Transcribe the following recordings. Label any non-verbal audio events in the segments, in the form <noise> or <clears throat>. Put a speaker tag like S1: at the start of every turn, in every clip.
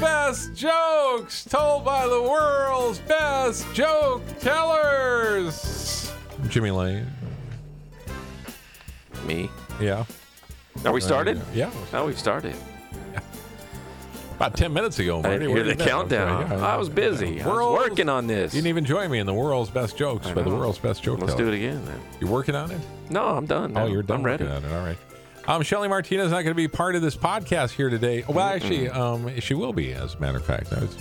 S1: best jokes told by the world's best joke tellers. Jimmy Lane.
S2: Me.
S1: Yeah.
S2: Are we started?
S1: Yeah.
S2: Oh, we've started.
S1: About 10 minutes ago,
S2: I
S1: Marty.
S2: didn't
S1: Where
S2: hear the
S1: you been?
S2: countdown.
S1: Okay, yeah.
S2: I was busy. I was
S1: World's-
S2: working on this.
S1: You didn't even join me in the world's best jokes by the
S2: know.
S1: world's best joke
S2: Let's do
S1: tellers.
S2: it again then.
S1: You working on it?
S2: No, I'm done.
S1: Oh,
S2: now.
S1: you're done
S2: I'm ready.
S1: working on it. All right. Um, Shelly Martinez not going to be part of this podcast here today. Well, actually, um, she will be, as a matter of fact. I was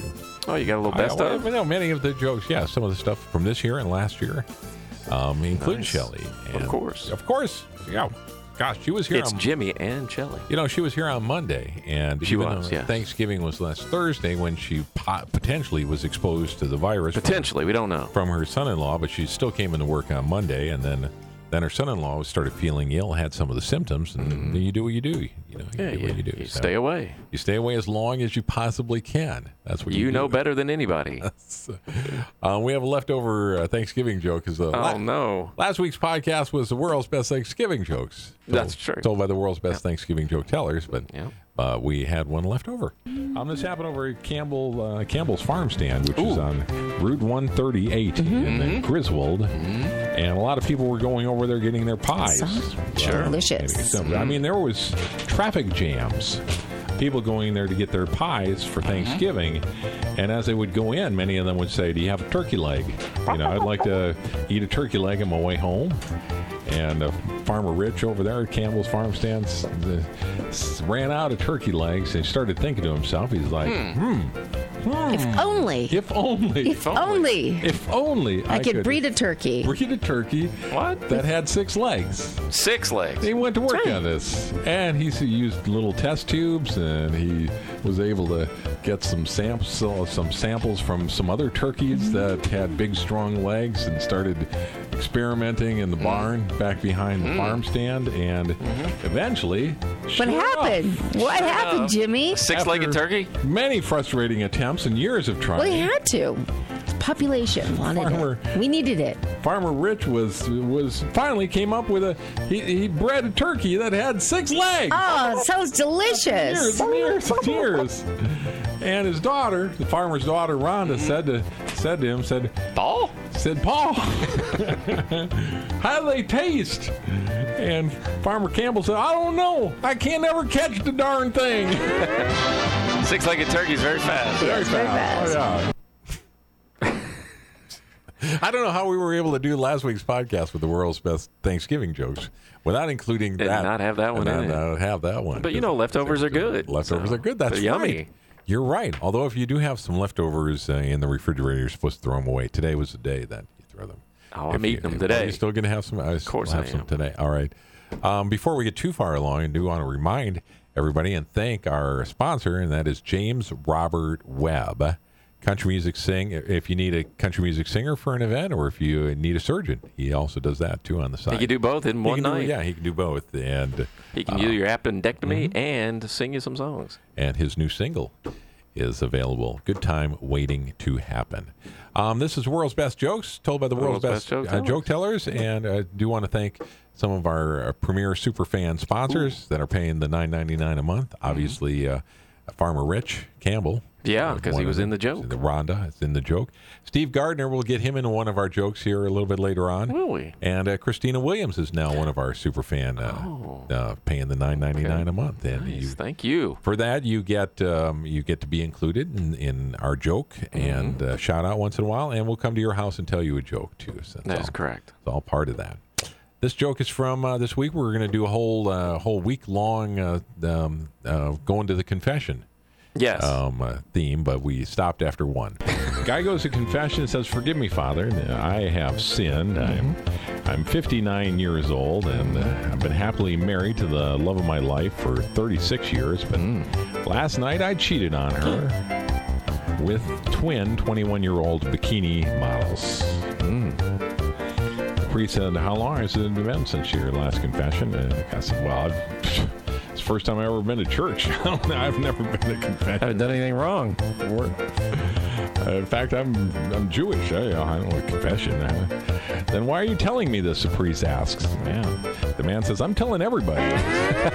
S2: Oh, you got a little best
S1: I,
S2: of?
S1: well, no, many of the jokes, yeah, some of the stuff from this year and last year, um, include
S2: Nice.
S1: Shelley. and-
S2: course.
S1: of course, yeah. Gosh, she was here.
S2: It's
S1: on,
S2: Jimmy and Shelly.
S1: you know, she was here on Monday, and
S2: She
S1: even
S2: was,
S1: though
S2: yes.
S1: Thanksgiving was last Thursday when she pot- potentially was exposed to the virus. from-
S2: Potentially, we don't know.
S1: from her son-in-law, but she still came into work on Monday, and then then her son-in-law started feeling ill, had some of the symptoms, and then you do what you do. You know, you
S2: Mm-hmm. Yeah,
S1: do
S2: you,
S1: what you do.
S2: you
S1: So
S2: stay away.
S1: you stay away as long as you possibly can. That's what you,
S2: You know
S1: do.
S2: better than
S1: <laughs>
S2: anybody.
S1: Uh, we have a leftover uh, Thanksgiving joke. Is the
S2: oh no.
S1: last week's podcast was the world's best Thanksgiving jokes.
S2: That's true.
S1: Told by the world's best Thanksgiving joke tellers, but
S2: Yeah.
S1: uh, we had one left over. Um, this happened over at Campbell uh, Campbell's Farm Stand, which is
S2: Ooh.
S1: on Route 138 in uh, Griswold, and a lot of people were going over there getting their pies. Uh,
S3: Sounds
S1: Sure,
S3: delicious.
S1: I mean, there was traffic jams. People going there to get their pies for Thanksgiving, and as they would go in, many of them would say, "Do you have a turkey leg? You know, I'd like to eat a turkey leg on my way home." And uh, Farmer Rich over there at Campbell's Farm Stand s- the- s- ran out of turkey legs and started thinking to himself, he's like, hmm,
S3: If only,
S1: if only,
S3: if only
S1: if only
S3: I could breed a turkey.
S1: breed a turkey
S2: What?
S1: that had six legs.
S2: Six legs.
S1: He went to work
S3: That's right.
S1: on this, and he s- used little test tubes, and he was able to get some samples, some samples from some other turkeys
S3: Mm-hmm.
S1: that had big, strong legs, and started experimenting in the
S3: Mm.
S1: barn back behind the farm stand, and eventually, sure
S3: Mm-hmm. What
S1: enough,
S3: happened? What happened, Jimmy?
S2: Six legged
S1: after
S2: turkey?
S1: Many frustrating attempts and years of trying.
S3: Well, he had to. Population wanted
S1: Farmer.
S3: it. We needed it.
S1: Farmer Rich was was finally came up with a he, he bred a turkey that had six legs.
S3: Oh, it sounds delicious.
S1: years and years and years. And his daughter, the farmer's daughter, Rhonda, said to said to him, said,
S2: Ball?
S1: said Paul, <laughs> how do they taste? And Farmer Campbell said, I don't know. I can't ever catch the darn thing.
S2: Six legged turkey's very fast.
S1: Very
S3: very
S1: fast.
S3: fast.
S1: Oh, yeah. <laughs> I don't know how we were able to do last week's podcast with the world's best Thanksgiving jokes without including
S2: Did
S1: that.
S2: not have that one
S1: and
S2: in
S1: not,
S2: it.
S1: not have that one.
S2: But you know, leftovers are good.
S1: Leftovers
S2: so
S1: are good. That's
S2: they're yummy.
S1: right. You're right. Although if you do have some leftovers uh, in the refrigerator, you're supposed to throw them away. Today was the day that you throw them.
S2: Oh, I'm
S1: If
S2: eating them
S1: if-
S2: today.
S1: Are you still going to have some? I of
S2: course
S1: have
S2: I
S1: some
S2: am.
S1: today. All right. Um, before we get too far along, I do want to remind everybody and thank our sponsor, and that is James Robert Webb. Country music sing. If you need a country music singer for an event, or if you need a surgeon, he also does that too on the side.
S2: He can do both in
S1: He
S2: one
S1: can do-
S2: night.
S1: yeah, Uh, mm-hmm. he can do both, and
S2: He can do your appendectomy and sing you some songs.
S1: and his new single is available. Good time waiting to happen. Um, this is World's Best Jokes, told by the World's,
S2: World's
S1: Best,
S2: Best Joke
S1: uh, Joke Tellers. And I do want to thank some of our uh, premier super fan sponsors that are paying the nine ninety nine a month.
S2: Mm-hmm.
S1: Obviously, uh, Farmer Rich Campbell.
S2: Yeah,
S1: uh,
S2: 'cause he
S1: one of
S2: was
S1: them.
S2: in the joke.
S1: He's in The Rhonda is in the joke. Steve Gardner, we'll get him into one of our jokes here a little bit later on.
S2: Will we?
S1: And uh, Christina Williams is now one of our super fan, uh, uh, paying the nine ninety nine a month. And
S2: Oh. Nice.
S1: you
S2: Thank you.
S1: for that, you get um, you get to be included in, in our joke and uh, shout out once in a while, and we'll come to your house and tell you a joke too. So that's
S2: That is
S1: all-
S2: correct.
S1: It's all part of that. This joke is from uh, this week. We're going to do a whole uh, whole week long uh, um, uh, going to the confession
S2: Yes.
S1: um, uh, theme, but we stopped after one. <laughs> Guy goes to confession and says, "Forgive me, Father, I have sinned. I'm I'm 59 years old, and uh, I've been happily married to the love of my life for 36 years. But last night I cheated on her with twin 21-year-old bikini models." Hmm. The priest said, "How long has it been since your last confession?" And I said, "Well." I've, <laughs> It's the first time I've ever been to church. <laughs> I don't know. I've never been to confession.
S4: haven't done anything wrong.
S1: Or- uh, in fact, I'm I'm Jewish. I, I don't want confession. Uh, then why are you telling me this? The priest asks. Yeah. The man says, I'm telling everybody. And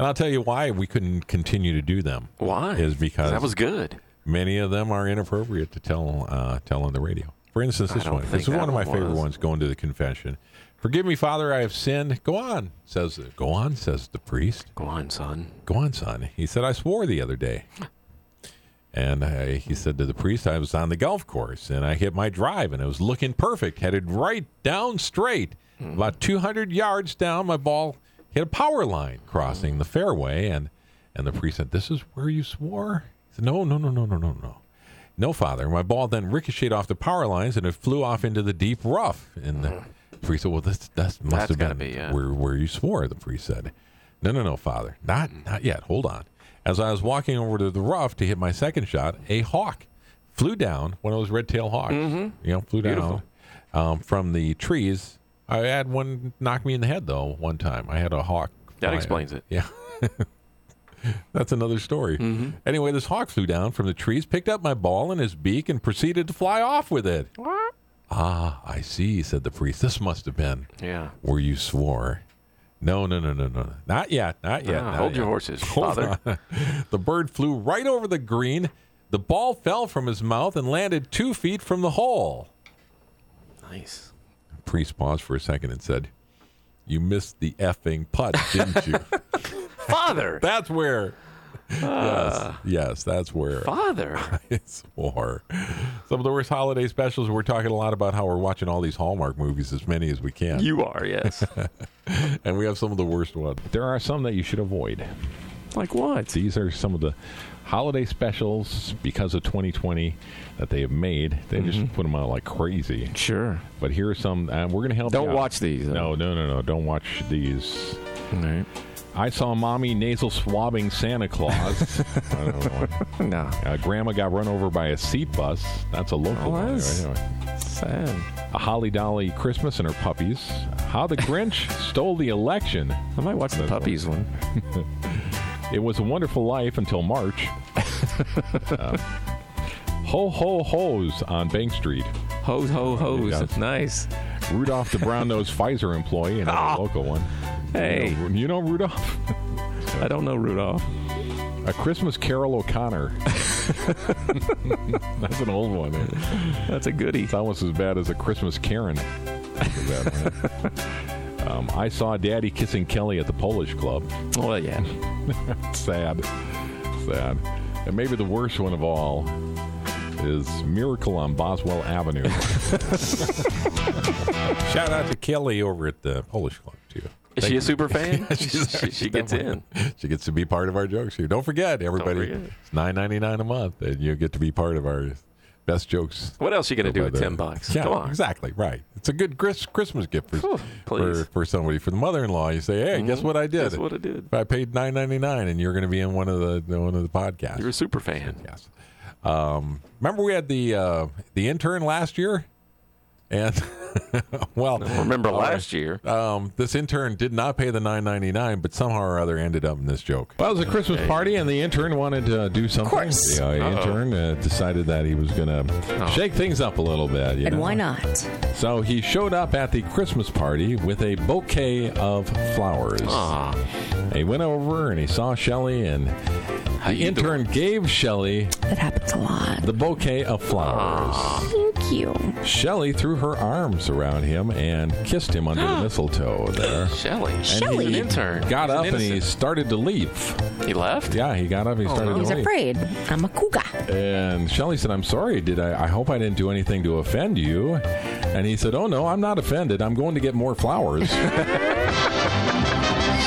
S1: I'll tell you why we couldn't continue to do them.
S2: Why?
S1: Is because
S2: that was good.
S1: many of them are inappropriate to tell uh, tell on the radio. For instance, this
S2: don't
S1: one.
S2: think
S1: This is one
S2: that
S1: of my
S2: one
S1: favorite
S2: was.
S1: ones. Going to the confession. Forgive me, Father, I have sinned. Go on, says the, go on, says the priest.
S2: Go on, son.
S1: Go on, son. He said, I swore the other day. And I, he said to the priest, I was on the golf course and I hit my drive and it was looking perfect, headed right down straight. About 200 yards down, my ball hit a power line crossing the fairway. And, and the priest said, This is where you swore? He said, No, no, no, no, no, no, no. No, father. My ball then ricocheted off the power lines and it flew off into the deep rough. And the priest said, Well, this, that must
S2: That's
S1: have
S2: gotta
S1: been
S2: be, yeah.
S1: where where, where you swore, the priest said. No, no, no, father. Not
S2: Mm.
S1: not yet. Hold on. As I was walking over to the rough to hit my second shot, a hawk flew down, one of those red tail hawks. You know, flew
S2: Mm-hmm. Beautiful.
S1: down um, from the trees. I had one knock me in the head though one time. I had a hawk.
S2: That
S1: fly-
S2: explains it.
S1: Yeah. <laughs> That's another story.
S2: Mm-hmm.
S1: Anyway, this hawk flew down from the trees, picked up my ball in his beak, and proceeded to fly off with it. Ah, I see, said the priest. This must have been
S2: Yeah.
S1: where you swore. No, no, no, no, no, no. Not yet. Not yet.
S2: Ah,
S1: not
S2: hold your
S1: yet.
S2: horses,
S1: Hold
S2: father.
S1: on. <laughs> the bird flew right over the green. The ball fell from his mouth and landed two feet from the hole.
S4: <laughs>
S2: Nice.
S1: Priest paused for a second and said, You missed the effing putt, didn't
S2: <laughs>
S1: you?
S2: Father.
S1: that's where.
S2: Ah.
S1: yes. Yes, that's
S4: <laughs>
S1: where.
S2: Father.
S1: <laughs> It's war. Some of the worst holiday specials. We're talking a lot about how we're watching all these Hallmark movies, as many as we can.
S2: You are, yes.
S1: and we have some of the worst ones. There are some that you should avoid.
S2: like what?
S1: These are some of the holiday specials because of 2020 that they have made. They
S4: Mm-hmm.
S1: just put them out like crazy.
S4: Sure.
S1: But here are some. Uh, we're going to help.
S4: Don't
S1: you out.
S4: watch these,
S1: No,
S4: though.
S1: no, no, no. Don't watch these.
S4: All right.
S1: I saw mommy nasal swabbing Santa
S4: <laughs>
S1: Claus. I don't know.
S4: No.
S1: Uh, grandma got run over by a seat bus. That's a local
S4: Oh,
S1: one.
S4: that's-
S1: Anyway.
S4: Sad.
S1: A holly dolly Christmas and her puppies. How
S4: <laughs>
S1: the Grinch stole the election.
S4: I might watch the
S1: That's one.
S4: puppies one.
S1: It was a wonderful life until March. Uh, ho ho ho's on Bank Street.
S4: Ho ho ho's.
S1: Yeah.
S4: Nice.
S1: Rudolph the brown nosed <laughs> Pfizer employee, another local one.
S4: Hey.
S1: You know, uh, you know Rudolph?
S4: I don't know Rudolph.
S1: A Christmas Carol O'Connor. <laughs> That's an old one. It's
S4: That's a goodie.
S1: almost as bad as a Christmas Karen. Look at that one. um, I saw Daddy kissing Kelly at the Polish Club.
S4: Well,
S1: <laughs>
S4: yeah.
S1: Sad. Sad. And maybe the worst one of all is Miracle on Boswell <laughs> Avenue. Shout out to Kelly over at the Polish Club, too.
S2: Is she a
S1: <laughs>
S2: super fan? she, she gets in.
S1: She gets to be part of our jokes here. Don't forget, everybody,
S2: forget.
S1: it's nine ninety nine a month, and you get to be part of our best jokes.
S2: What else you gonna do
S1: by
S2: with
S1: the-
S2: ten bucks?
S1: Yeah,
S2: Come on.
S1: exactly right. It's a good Chris, Christmas gift for,
S2: Phew,
S1: for
S2: please.
S1: for somebody for the mother in law. You say, hey, Mm-hmm. guess what I did?
S2: That's Mm-hmm. what I did.
S1: If I paid nine ninety nine, and you're going to be in one of the one of the podcasts.
S2: You're a super fan.
S1: yes. Um, remember we had the uh, the intern last year, and <laughs> well,
S2: Remember last year?
S1: um, this intern did not pay the nine ninety nine, but somehow or other ended up in this joke. Well, it was a Christmas party, and the intern wanted to do something. Of
S3: course.
S1: the uh, intern uh, decided that he was going to
S2: Oh.
S1: shake things up a little bit. you
S3: And
S1: know?
S3: why not?
S1: So he showed up at the Christmas party with a bouquet of flowers.
S2: Ah,
S1: He went over and he saw Shelly, and
S2: how
S1: the
S2: you
S1: intern gave Shelly
S3: That happens a lot.
S1: the bouquet of flowers.
S3: Thank you.
S1: Shelly threw her arms around him and kissed him under the mistletoe there.
S2: doing? Shelley.
S3: Shelley.
S2: He's an intern.
S1: Got
S2: He's
S1: up
S2: an
S1: and he
S2: innocent. Oh,
S1: started to leave.
S2: he left.
S1: Yeah, he got up. He started
S2: no.
S1: to
S3: He's
S1: leave.
S3: afraid. I'm a cougar.
S1: And Shelly said, "I'm sorry. Did I? I hope I didn't do anything to offend you." And he said, "Oh no, I'm not offended. I'm going to get more flowers."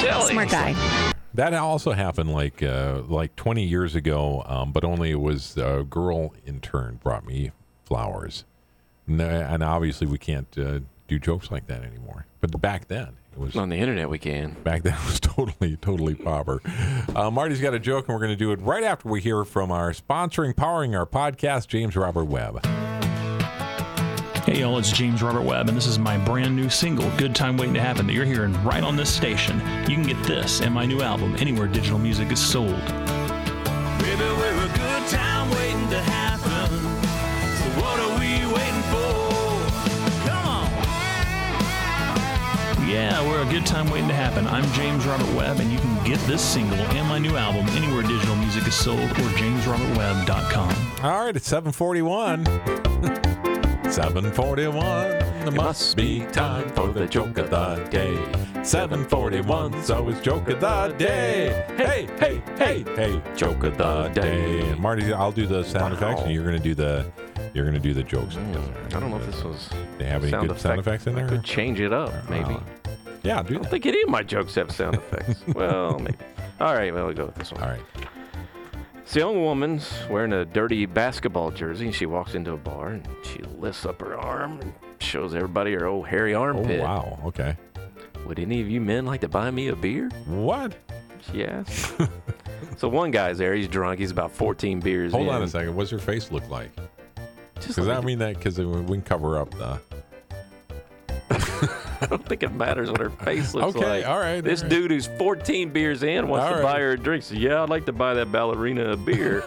S2: Shelley.
S3: Smart guy.
S1: that also happened like uh, like 20 years ago, um, but only it was a girl intern brought me flowers. And, uh, and obviously, we can't uh, do jokes like that anymore. But back then, it was
S2: On the internet, we can.
S1: back then it was <laughs> totally totally popper uh, marty's got a joke and we're going to do it right after we hear from our sponsoring powering our podcast james robert webb
S5: Hey y'all, it's James Robert Webb, and this is my brand new single, Good Time Waiting to Happen, that you're hearing right on this station. You can get this and my new album anywhere digital music is sold.
S6: Maybe we're a good time waiting to happen. So what are we waiting for? Come on.
S5: Yeah, we're a good time waiting to happen. I'm James Robert Webb, and you can get this single and my new album anywhere digital music is sold or jamesrobertwebb.com.
S1: All right, it's <laughs> 741. 741. It must be time for the joke of the day. 741, so it's joke of the day. Hey, hey, hey, hey, joke of the day. Marty, I'll do the sound effects, and you're gonna do the you're gonna do the jokes.
S2: I don't know if this was.
S1: They have any good Mm. sound effects Oh. in
S2: I
S1: there? Uh,
S2: could change it up, maybe.
S1: Yeah, do
S2: I don't
S1: that.
S2: think any of my jokes have
S1: <laughs>
S2: sound effects. well, maybe. All right, well, we'll go with this one.
S1: All right.
S2: So, a young woman's wearing a dirty basketball jersey, and she walks into a bar and she lifts up her arm and shows everybody her old hairy
S1: Oh
S2: armpit.
S1: wow. Okay.
S2: Would any of you men like to buy me a beer?
S1: What?
S2: She asked. <laughs> so, one guy's there. He's drunk. He's about 14 beers
S1: Hold
S2: in.
S1: on a second. What's her face look like?
S2: Just
S1: Does
S2: like-
S1: that mean that because we can cover up the?
S2: I don't think it matters what her face looks
S1: Okay,
S2: like.
S1: all right,
S2: This
S1: all right.
S2: dude who's 14 beers in wants
S1: All
S2: to
S1: right.
S2: buy her a drink. So, yeah, I'd like to buy that ballerina
S1: <laughs>
S2: a beer.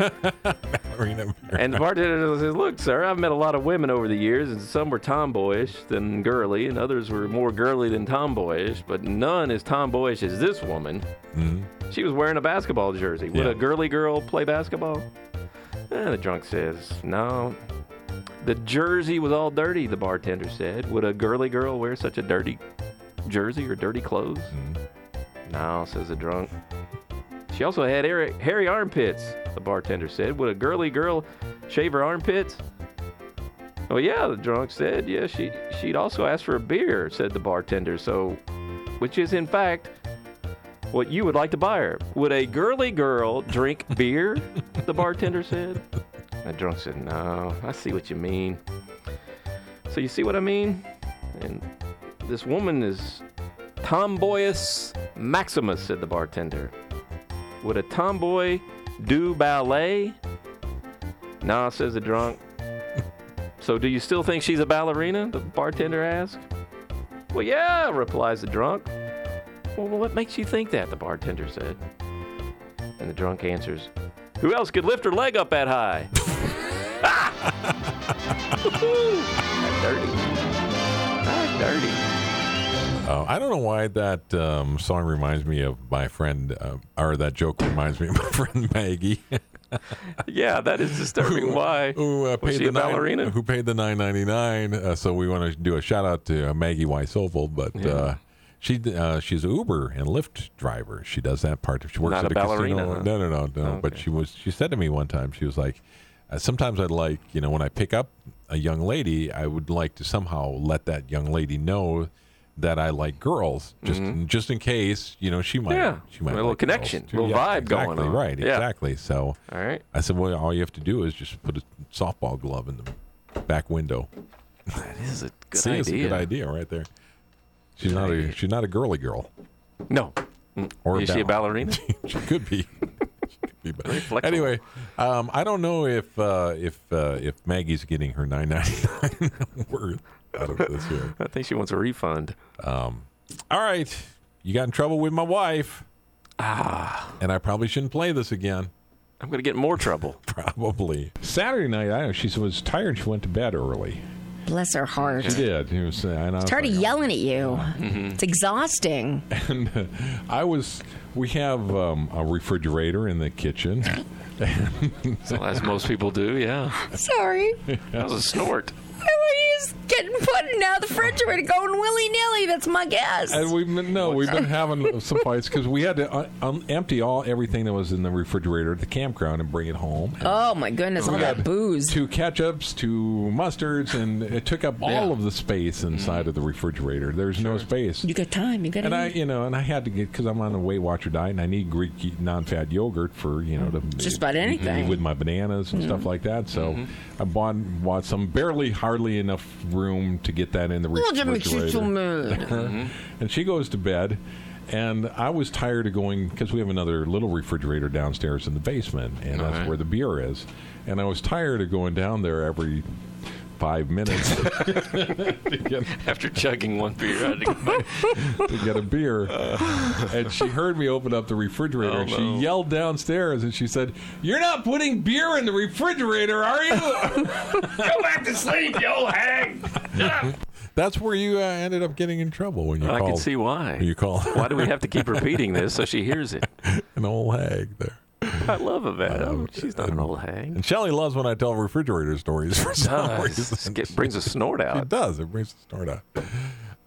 S2: And the bartender says, Look, sir, I've met a lot of women over the years, and some were tomboyish than girly, and others were more girly than tomboyish, but none as tomboyish as this woman. She was wearing a basketball jersey. Would
S1: Yeah.
S2: a girly girl play basketball? Eh, the drunk says, No. The jersey was all dirty, the bartender said. Would a girly girl wear such a dirty jersey or dirty clothes? No, says the drunk. She also had hairy, hairy armpits, the bartender said. Would a girly girl shave her armpits? Oh, yeah, the drunk said. Yeah, she, she'd also asked for a beer, said the bartender. So, which is, in fact, what you would like to buy her. Would a girly girl <laughs> drink beer? the bartender said. The drunk said, No, I see what you mean. So, you see what I mean? And this woman is Tomboyus Maximus, said the bartender. Would a tomboy do ballet? Nah, says the <laughs> drunk. so do you still think she's a ballerina? The bartender asked. Well, yeah, replies the drunk. Well, what makes you think that? The bartender said. And the drunk answers, Who else could lift her leg up that high? <laughs> ah! That's dirty. That's dirty.
S1: Uh, I don't know why that um, song reminds me of my friend, uh, or that joke reminds me of my <laughs> friend Maggie,
S2: Yeah, that is disturbing. Why?
S1: who uh, paid
S2: was she
S1: the
S2: a
S1: nine-
S2: ballerina?
S1: who paid the nine ninety nine. Uh, so we want to do a shout out to uh, Maggie Weisselfeld, but uh, she uh, she's an Uber and Lyft driver. She does that part. She works
S2: Not
S1: at
S2: a ballerina,
S1: casino.
S2: huh? Oh,
S1: No, no, no, no. But she was she said to me one time she was like, uh, sometimes I'd like you know when I pick up a young lady, I would like to somehow let that young lady know. That I like girls, just just in case you know she might
S2: Mm-hmm. Yeah.
S1: she might
S2: A little
S1: like girls,
S2: connection,
S1: too.
S2: little vibe going
S1: exactly,
S2: on.
S1: right
S2: Yeah.
S1: exactly so
S2: All right.
S1: I said, well, all you have to do is just put a softball glove in the back window.
S2: That is a good
S1: See, it's a good idea right there. She's not a she's not a girly girl. <laughs>
S2: No. Mm.
S1: Or
S2: Is she a
S1: ball-
S2: ballerina?
S1: she could be. <laughs> She could be, but-
S2: flexible.
S1: anyway, um, I don't know if uh, if uh, if Maggie's getting her nine ninety nine <laughs> worth out of this here.
S2: I think she wants a refund.
S1: All right, you got in trouble with my wife. Ah, and I probably shouldn't play this again. <laughs>
S2: I'm going to get in more trouble. <laughs>
S1: Probably Saturday night. I know she was tired. She went to bed early.
S3: Bless her heart.
S1: She did. Mm-hmm. She was, and I was
S3: Tired of
S1: like,
S3: yelling at you.
S1: <laughs>
S3: It's exhausting.
S1: and uh, I was. We have um, a refrigerator in the kitchen.
S2: So as most people do, yeah.
S3: Sorry.
S2: That was a snort.
S3: I was getting put in out of the refrigerator, going willy nilly. That's my guess.
S1: And we've been, no, we've been having some fights because we had to un- un- empty all everything that was in the refrigerator at the campground and bring it home.
S3: Oh my goodness, all that booze.
S1: Two ketchups, two mustards, and it took up all of the space inside of the refrigerator. There's no space.
S3: You got time. You got
S1: and I,
S3: time.
S1: you know, and I had to get because I'm on a Weight Watcher diet, and I need Greek non-fat yogurt for you know to
S3: Mm-hmm. Just about anything. Mm-hmm.
S1: with my bananas and stuff like that. So I bought bought some barely, hardly enough room to get that in the
S3: Oh, that makes you Mm-hmm. so
S1: refrigerator.
S3: mad.
S1: and she goes to bed, and I was tired of going because we have another little refrigerator downstairs in the basement, and that's
S3: Uh-huh.
S1: where the beer is. And I was tired of going down there every five
S3: <laughs>
S1: minutes <laughs> to get
S2: After chugging one beer, I had to go <laughs> back.
S1: to get a beer. and she heard me open up the refrigerator and she yelled downstairs and she said, You're not putting beer in the refrigerator, are you?
S2: Go back to sleep, you old hag.
S1: <laughs> That's where you uh, ended up getting in trouble when you
S2: I
S1: called.
S2: can see why.
S1: You called
S2: Why do we have to keep repeating this so she hears it?
S1: <laughs> an old hag there.
S2: I love Yvette. Oh,
S1: Um,
S2: she's not an old hag. <laughs>
S1: And Shelly loves when I tell refrigerator stories for some reason.
S2: Does.
S1: <laughs>
S2: Get, brings a snort
S1: It
S2: out.
S1: does. It brings the snort out.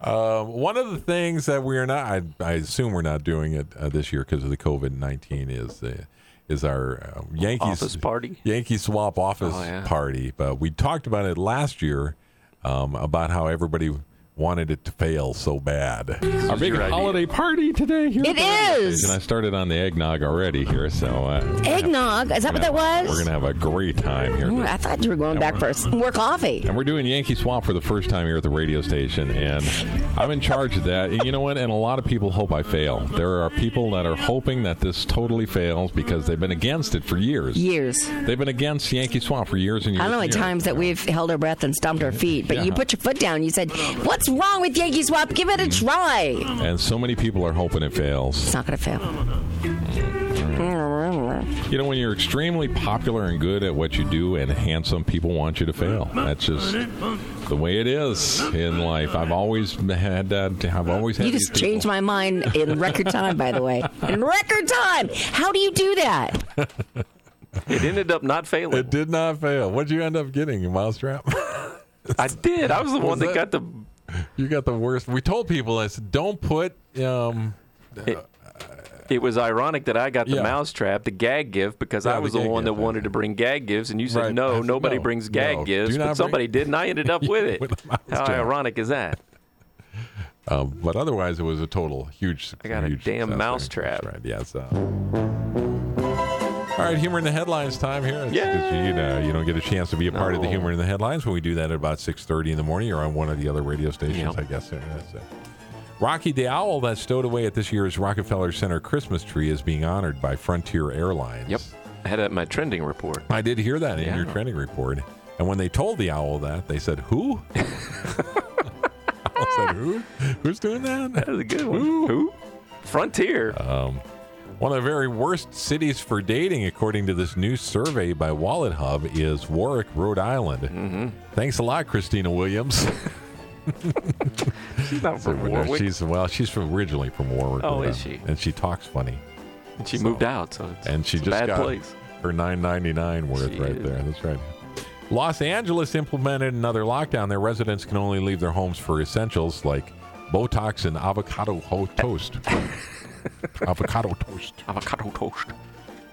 S1: Um, one of the things that we are not, I, I assume we're not doing it uh, this year because of the COVID nineteen, is uh, is our um, Yankees
S2: Office party.
S1: Yankee Swap office
S2: Oh, yeah.
S1: party. But we talked about it last year um, about how everybody wanted it to fail so bad. Our
S2: was
S1: big
S2: your idea.
S1: holiday party today. Here
S3: It
S1: at the radio
S3: is.
S1: station. I started on the eggnog already here, so uh, we're gonna
S3: Eggnog? Is that what that
S1: have-
S3: was?
S1: We're gonna have a great time here.
S3: Ooh, I thought you were going back for some more coffee.
S1: And we're doing Yankee Swap for the first time here at the radio station, and I'm in charge of that. And you know what? And a lot of people hope I fail. There are people that are hoping that this totally fails because they've been against it for years.
S3: Years.
S1: They've been against Yankee Swap for years and years.
S3: I know
S1: and
S3: at
S1: years.
S3: times that we've held our breath and stomped our feet, but you
S1: Yeah.
S3: put your foot down. You said, What's wrong with Yankee Swap? Give it a try.
S1: And so many people are hoping it fails.
S3: It's not going to fail.
S1: You know, when you're extremely popular and good at what you do and handsome, people want you to fail. That's just the way it is in life. I've always had that. I've always had
S3: You
S1: these
S3: just changed
S1: people.
S3: my mind in record time, by the way. In record time. How do you do that?
S2: It ended up not failing.
S1: It did not fail. What'd you end up getting, a
S7: <laughs>
S1: mousetrap?
S2: I did. I was the one that,
S1: that-
S2: got the.
S1: You got the worst. We told people I said, don't put. Um,
S2: It was ironic that I got the
S1: Yeah.
S2: mousetrap, the gag gift, because
S1: Yeah,
S2: I
S1: the
S2: was the,
S1: gag
S2: one that
S1: gift,
S2: wanted to bring gag gifts, and you said
S1: Right. I
S2: no,
S1: said,
S2: nobody
S1: no,
S2: brings gag
S1: no,
S2: gifts,
S1: do
S2: but
S1: not
S2: somebody
S1: bring-
S2: did, and I
S1: <laughs>
S2: ended up with it.
S1: with a
S2: How
S1: mousetrap.
S2: ironic is that?
S1: uh, but otherwise, it was a total huge.
S2: I got a
S1: huge success
S2: damn
S1: there.
S2: mousetrap.
S1: That's Right. Yes. uh, all right, humor in the headlines time here. It's-
S2: Yay!
S1: it's- you know, you don't get a chance to be a part of the
S2: No.
S1: humor in the headlines when we do that at about six thirty in the morning or on one of the other radio stations.
S2: Yeah.
S1: I guess. uh, that's it. Rocky the owl that stowed away at this year's Rockefeller Center Christmas tree is being honored by Frontier Airlines.
S2: Yep. I had it in my trending report.
S1: I did hear that in
S2: Yeah.
S1: your trending report. And when they told the owl that, they said,
S2: <laughs>
S1: "Who?" <laughs> owl said, "Who? Who's doing that?"
S2: That was a good one. Who? Frontier.
S1: Uh, One of the very worst cities for dating, according to this new survey by Wallet Hub, is Warwick, Rhode Island.
S2: Mm-hmm.
S1: Thanks a lot, Christina
S2: <laughs>
S1: Williams.
S2: She's not from Warwick.
S1: she's well, she's from originally from Warwick.
S2: Oh,
S1: Rhode
S2: is
S1: Island,
S2: she?
S1: And she talks funny.
S2: she moved out, so it's,
S1: and she
S2: it's
S1: just
S2: a bad
S1: got
S2: place.
S1: her 9.99 worth
S2: She
S1: right
S2: is.
S1: there. That's right. Los Angeles implemented another lockdown. Their residents can only leave their homes for essentials like Botox and avocado ho-
S2: <laughs>
S1: toast. avocado toast.
S2: Avocado toast.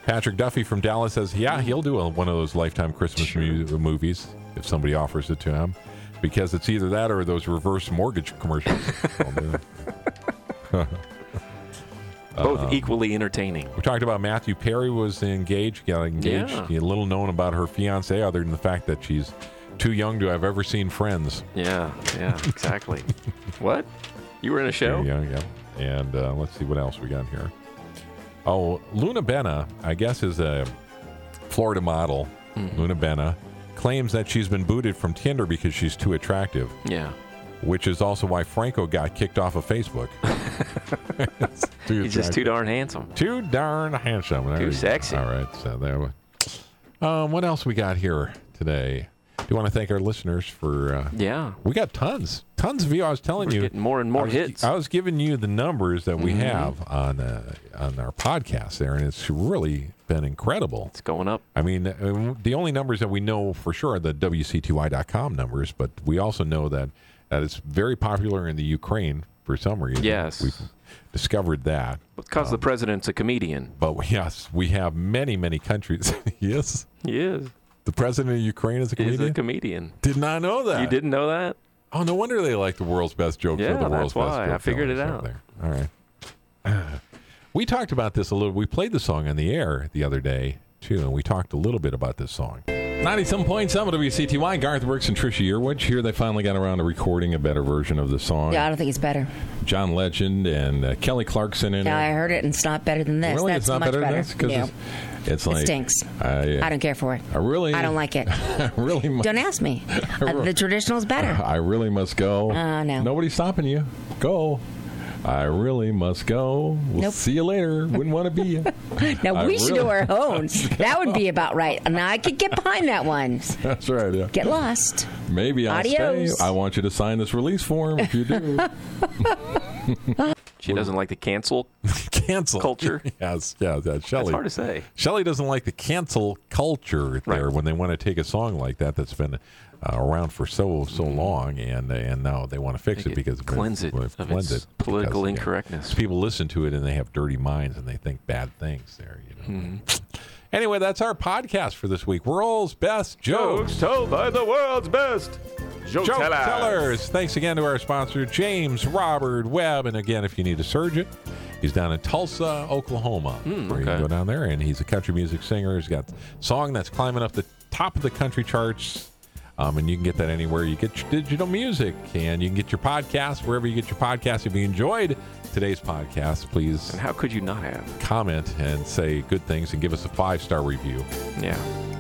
S1: Patrick Duffy from Dallas says, "Yeah, he'll do a, one of those lifetime Christmas
S2: Sure.
S1: mu- movies if somebody offers it to him, because it's either that or those reverse mortgage
S2: <laughs>
S1: commercials." I'll do it.
S2: Both equally entertaining.
S1: We talked about Matthew Perry was engaged, got engaged.
S2: Yeah.
S1: Little known about her fiance other than the fact that she's too young to have ever seen Friends.
S2: Yeah, yeah, exactly.
S1: <laughs>
S2: what? You were in a show?
S1: Too young, yeah. And uh, let's see what else we got here. Oh, Luna Benna, I guess, is a Florida model.
S2: Hmm.
S1: Luna Benna claims that she's been booted from Tinder because she's too attractive,
S2: Yeah.
S1: which is also why Franco got kicked off of
S2: <laughs>
S1: Facebook. It's too
S2: He's just
S1: attractive.
S2: too darn handsome.
S1: Too darn handsome. There
S2: Too
S1: you go.
S2: sexy.
S1: All right, so there. We, um, what else we got here today? Do you want to thank our listeners for? Uh,
S2: Yeah.
S1: we got tons, tons of you. I was telling
S2: We're
S1: you,
S2: getting more and more
S1: I was,
S2: hits. Mm-hmm.
S1: I was giving you the numbers that we have on uh, on our podcast there, and it's really been incredible.
S2: It's going up.
S1: I mean, uh, the only numbers that we know for sure are the WC2I.com numbers, but we also know that, that it's very popular in the Ukraine for some reason.
S2: Yes.
S1: We've discovered that.
S2: Because
S1: Um,
S2: the president's a comedian.
S1: But <laughs> yes, we have many, many countries. <laughs> yes,
S2: He is.
S1: the president of Ukraine is a
S2: He's
S1: comedian. Uh,
S2: a comedian.
S1: Did not know that.
S2: You didn't know that?
S1: Oh, no wonder they like the world's best joke.
S2: Yeah,
S1: for the world's
S2: that's
S1: Best
S2: why.
S1: joke
S2: I figured it
S1: challenge
S2: out.
S1: right There. All right. <clears throat> We talked about this a little. We played the song on the air the other day too, and we talked a little bit about this song. Ninety-some point seven WCTY. Garth Brooks and Trisha Yearwood. Here they finally got around to recording a better version of the song.
S3: Yeah, I don't think it's better.
S1: John Legend and uh, Kelly Clarkson in
S3: Yeah, I
S1: it.
S3: heard it, and it's not better than this.
S1: really,
S3: That's
S1: it's not
S3: much
S1: better,
S3: better.
S1: than this because
S3: Yeah.
S1: it's, it's like
S3: stinks.
S1: I, uh,
S3: I don't care for it.
S1: I really.
S3: I don't like it.
S1: <laughs> I really. mu-
S3: Don't
S1: <laughs>
S3: ask me. Uh, the traditional is better.
S1: I really must go.
S3: Uh, no.
S1: Nobody's stopping you. Go. I really must go. We'll
S3: Nope.
S1: see you later. Wouldn't want to be you.
S3: <laughs> Now
S1: I
S3: we should do
S1: really- <laughs>
S3: our own. That would be about right. And I could get behind that one.
S1: That's right. Yeah.
S3: Get lost.
S7: Maybe I'll
S1: Adios.
S7: stay. I want you to sign this release form. If you do,
S2: She doesn't like to cancel.
S7: cancel
S2: Culture.
S7: <laughs> Yes, yeah, that
S2: That's hard
S7: Shelley.
S2: to say.
S7: Shelley doesn't like the cancel culture there
S2: Right.
S7: when they want to take a song like that that's been uh, around for so so long, and and now they want to fix it because
S2: Mm-hmm. cleanse it
S7: well,
S2: of
S7: cleanse
S2: its
S7: it because,
S2: political
S7: yeah,
S2: incorrectness.
S7: people listen to it and they have dirty minds and they think bad things. There, you know.
S2: Mm-hmm.
S7: Anyway, that's our podcast for this week. World's best jokes.
S2: told by the world's best joke,
S7: Joke Tellers. Thanks again to our sponsor, James Robert Webb. And again, if you need a surgeon, he's down in Tulsa, Oklahoma. where you can
S2: Hmm, okay.
S7: go down there, and he's a country music singer. He's got a song that's climbing up the top of the country charts. Um, and you can get that anywhere you get your digital music, and you can get your podcast wherever you get your podcast. If you enjoyed today's podcast, please
S2: And how could you not have?
S7: comment and say good things and give us a five star review.
S2: Yeah.